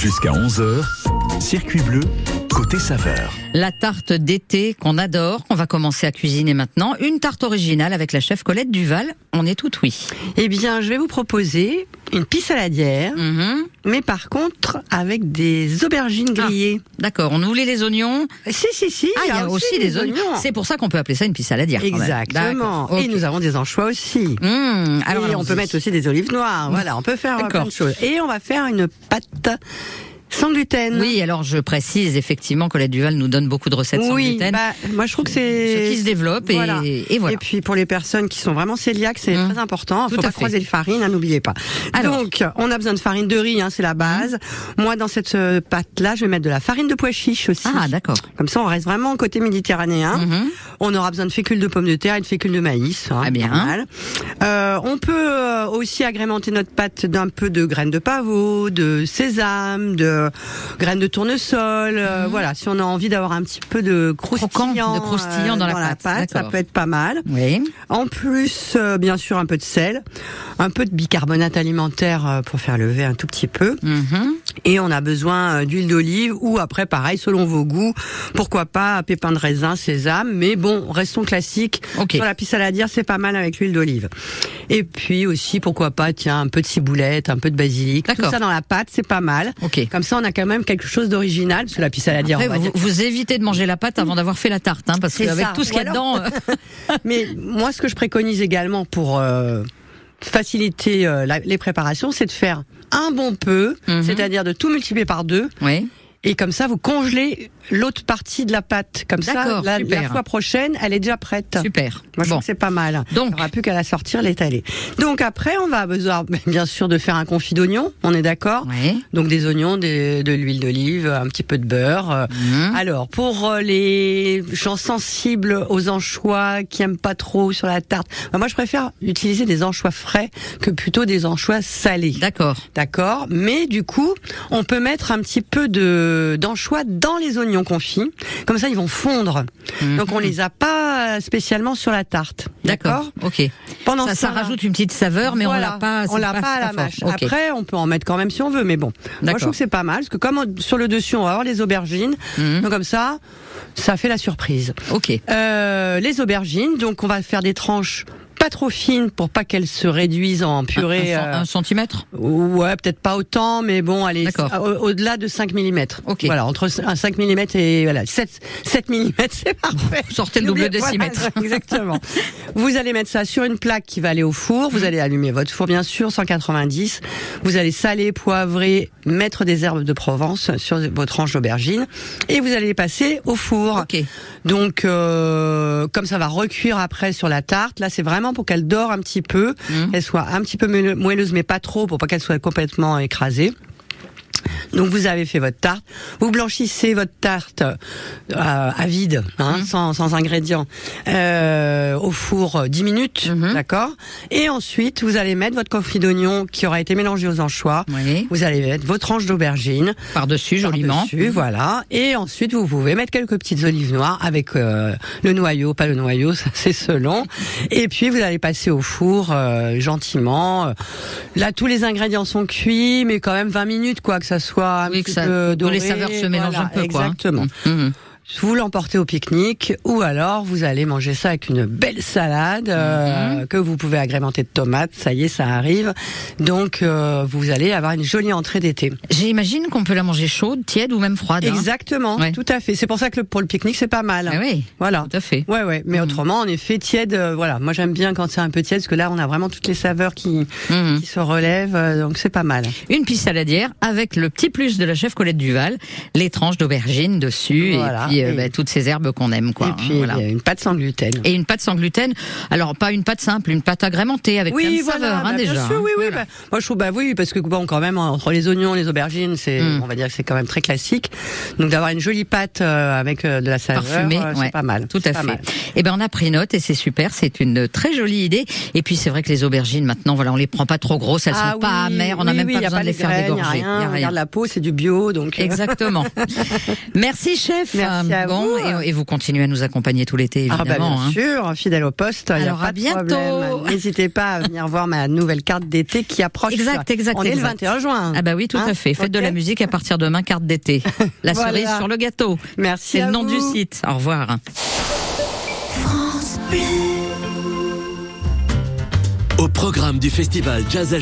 Jusqu'à 11h, circuit bleu, côté saveur. La tarte d'été qu'on adore, qu'on va commencer à cuisiner maintenant. Une tarte originale avec la chef Colette Duval. On est tout oui. Eh bien, je vais vous proposer une pie saladière, Mhm. mais par contre avec des aubergines Ah. grillées. D'accord, on oublie les oignons. Si, si, si. Ah, il y a, aussi des oignons. C'est C'est pour ça qu'on peut appeler ça une pisse saladière. quand même. Exactement. D'accord. Et Ok. nous avons des anchois aussi. Mmh, alors et on allons-y. peut mettre aussi des olives noires. Mmh. Voilà, on peut faire euh, D'accord. plein de choses. Et on va faire une pâte sans gluten. Oui, alors je précise effectivement Colette Duval nous donne beaucoup de recettes sans Oui, gluten. bah, moi je trouve que c'est Ce qui se développe et- Voilà. et voilà. Et puis pour les personnes qui sont vraiment cœliaques, c'est Mmh. très important. Tout Faut à pas fait. croiser les farines, hein, n'oubliez pas. Alors. Mmh. Donc on a besoin de farine de riz, hein, c'est la base. Moi dans cette euh, pâte là, je vais mettre de la farine de pois chiche aussi. Ah d'accord. Comme ça, on reste vraiment côté méditerranéen. Mhm. On aura besoin de fécule de pommes de terre et de fécule de maïs. hein, Ah bien. normal. Euh, on peut euh, aussi agrémenter notre pâte d'un peu de graines de pavot, de sésame, de graines de tournesol. euh, voilà, si on a envie d'avoir un petit peu de croustillant, Mm-hmm. euh, de croustillant dans la pâte, ça d'accord. peut être pas mal. Oui. En plus, euh, bien sûr, un peu de sel, un peu de bicarbonate alimentaire euh, pour faire lever un tout petit peu. Mhm. Et on a besoin euh, d'huile d'olive ou après, pareil, selon vos goûts, pourquoi pas pépins de raisin, sésame. Mais bon, restons classiques. Ok. Sur la pisse saladière, c'est pas mal avec l'huile d'olive. Et puis aussi, pourquoi pas, tiens, un peu de ciboulette, un peu de basilic. Tout D'accord. ça dans la pâte, c'est pas mal. Ok. Comme ça, on a quand même quelque chose d'original. Parce que la pisse saladière, Après, on va vous, dire. vous évitez de manger la pâte avant d'avoir fait la tarte, hein, parce C'est qu'avec ça. tout ce qu'il y a Ou alors- dedans, euh, Mais moi, ce que je préconise également pour euh, faciliter euh, la- les préparations, c'est de faire un bon peu, Mhm. c'est-à-dire de tout multiplier par deux. oui. Et comme ça, vous congelez l'autre partie de la pâte. Comme ça, D'accord, la, super. la fois prochaine, elle est déjà prête. Super. Moi, je bon. trouve que c'est pas mal. Donc. Il n'y aura plus qu'à la sortir, l'étaler. Donc après, on va besoin, bien sûr, de faire un confit d'oignons. On est d'accord Oui. Donc des oignons, des- de l'huile d'olive, un petit peu de beurre. euh, Mhm. alors, pour euh, les gens sensibles aux anchois qui aiment pas trop sur la tarte, bah, moi je préfère utiliser des anchois frais que plutôt des anchois salés. D'accord. D'accord, mais du coup, on peut mettre un petit peu de d'anchois dans les oignons confits. Comme ça, ils vont fondre. Mhm. Donc on les a pas spécialement sur la tarte. D'accord. D'accord. Ok. Pendant Ça, ce ça temps-là- rajoute une petite saveur, mais Voilà. on l'a pas. on c'est l'a pas, à très la fort. mâche. Ok. Après, on peut en mettre quand même si on veut, mais bon. Moi, D'accord. je trouve que c'est pas mal parce que comme on- sur le dessus, on va avoir les aubergines. Mhm. Donc comme ça, ça fait la surprise. Ok. Euh, les aubergines, donc on va faire des tranches pas trop fines pour pas qu'elles se réduisent en Un- purée. un, cent- euh, un centimètre. Ouais, peut-être pas autant, mais bon, allez, D'accord. au- au-delà de 5 mm. Ok. Voilà, entre un 5 mm et voilà, 7, 7 mm, c'est parfait. Sortez le double N'oubliez- décimètre. voilà, exactement. vous allez mettre ça sur une plaque qui va aller au four. Mhm. Vous allez allumer votre four, bien sûr, 190. Vous allez saler, poivrer, mettre des herbes de Provence sur vos tranches d'aubergine. Et vous allez les passer au four. Ok. Donc, euh, comme ça va recuire après sur la tarte, là c'est vraiment pour qu'elle dort un petit peu, Mhm. qu'elle soit un petit peu moelle- moelleuse, mais pas trop, pour pas qu'elle soit complètement écrasée. Donc vous avez fait votre tarte, vous blanchissez votre tarte euh, à vide, hein, sans, sans ingrédients, euh, au four euh, 10 minutes, Mhm. d'accord Et ensuite vous allez mettre votre confit d'oignon qui aura été mélangé aux anchois, Oui. vous allez mettre vos tranches d'aubergine, Par dessus, joliment. par-dessus, voilà. Et ensuite, vous pouvez mettre quelques petites olives noires avec euh, le noyau, pas le noyau, ça c'est selon. Et puis, vous allez passer au four euh, gentiment. Là, tous les ingrédients sont cuits, mais quand même 20 minutes, quoi, que ça soit un Oui, que petit ça- peu que doré. les saveurs se mélangent voilà, un peu, quoi. hein. Exactement. Mhm. Vous l'emportez au pique-nique, ou alors vous allez manger ça avec une belle salade euh, Mhm. que vous pouvez agrémenter de tomates. Ça y est, ça arrive. Donc, euh, vous allez avoir une jolie entrée d'été. J'imagine qu'on peut la manger chaude, tiède ou même froide. hein. Exactement, Ouais. tout à fait. C'est pour ça que le- pour le pique-nique, c'est pas mal. Ah Mhm. oui. Voilà. Tout à fait. Ouais, ouais. Mais autrement, en effet, tiède, euh, voilà. Moi, j'aime bien quand c'est un peu tiède, parce que là, on a vraiment toutes les saveurs qui, Mhm. qui se relèvent, euh, donc c'est pas mal. une piste saladière avec le petit plus de la chef Colette Duval, les tranches d'aubergine dessus Voilà. et puis euh, Et- bah, toutes ces herbes qu'on aime quoi. Et hein, puis, euh, voilà. il y a une pâte sans gluten. Et une pâte sans gluten. Alors pas une pâte simple, une pâte agrémentée avec plein de saveurs hein, bah, déjà. Bien sûr, oui, oui. bah, moi, je trouve, bah oui, parce que bon, quand même, entre les oignons, les aubergines, c'est, Mm. on va dire que c'est quand même très classique. Donc, d'avoir une jolie pâte euh, avec euh, de la saveur, Parfumée, euh, c'est ouais. pas mal. Tout C'est à pas fait. mal. Eh ben on a pris note et c'est super, c'est une euh, très jolie idée. Et puis c'est vrai que les aubergines maintenant, voilà, on les prend pas trop grosses, elles Ah sont pas oui, amères, on n'a oui, même oui, pas y a besoin de les les faire graines, y a dégorger. rien, Y a on regarde la peau, c'est du bio, donc. euh, Exactement. Merci chef. Merci. Madame à Dugan, vous. Et, et vous continuez à nous accompagner tout l'été, Ah évidemment. bah bien hein. sûr, fidèle au poste, il y a Alors, à pas de bientôt. problème. N'hésitez pas à venir voir ma nouvelle carte d'été qui approche. Exact, exact, On est le exact. 21 juin. Ah bah oui, tout Hein, à fait. Faites de ok. la musique à partir de demain, carte d'été. La Voilà. cerise sur le gâteau. Merci C'est à le nom vous. du site. Au revoir. Au programme du festival Jazz à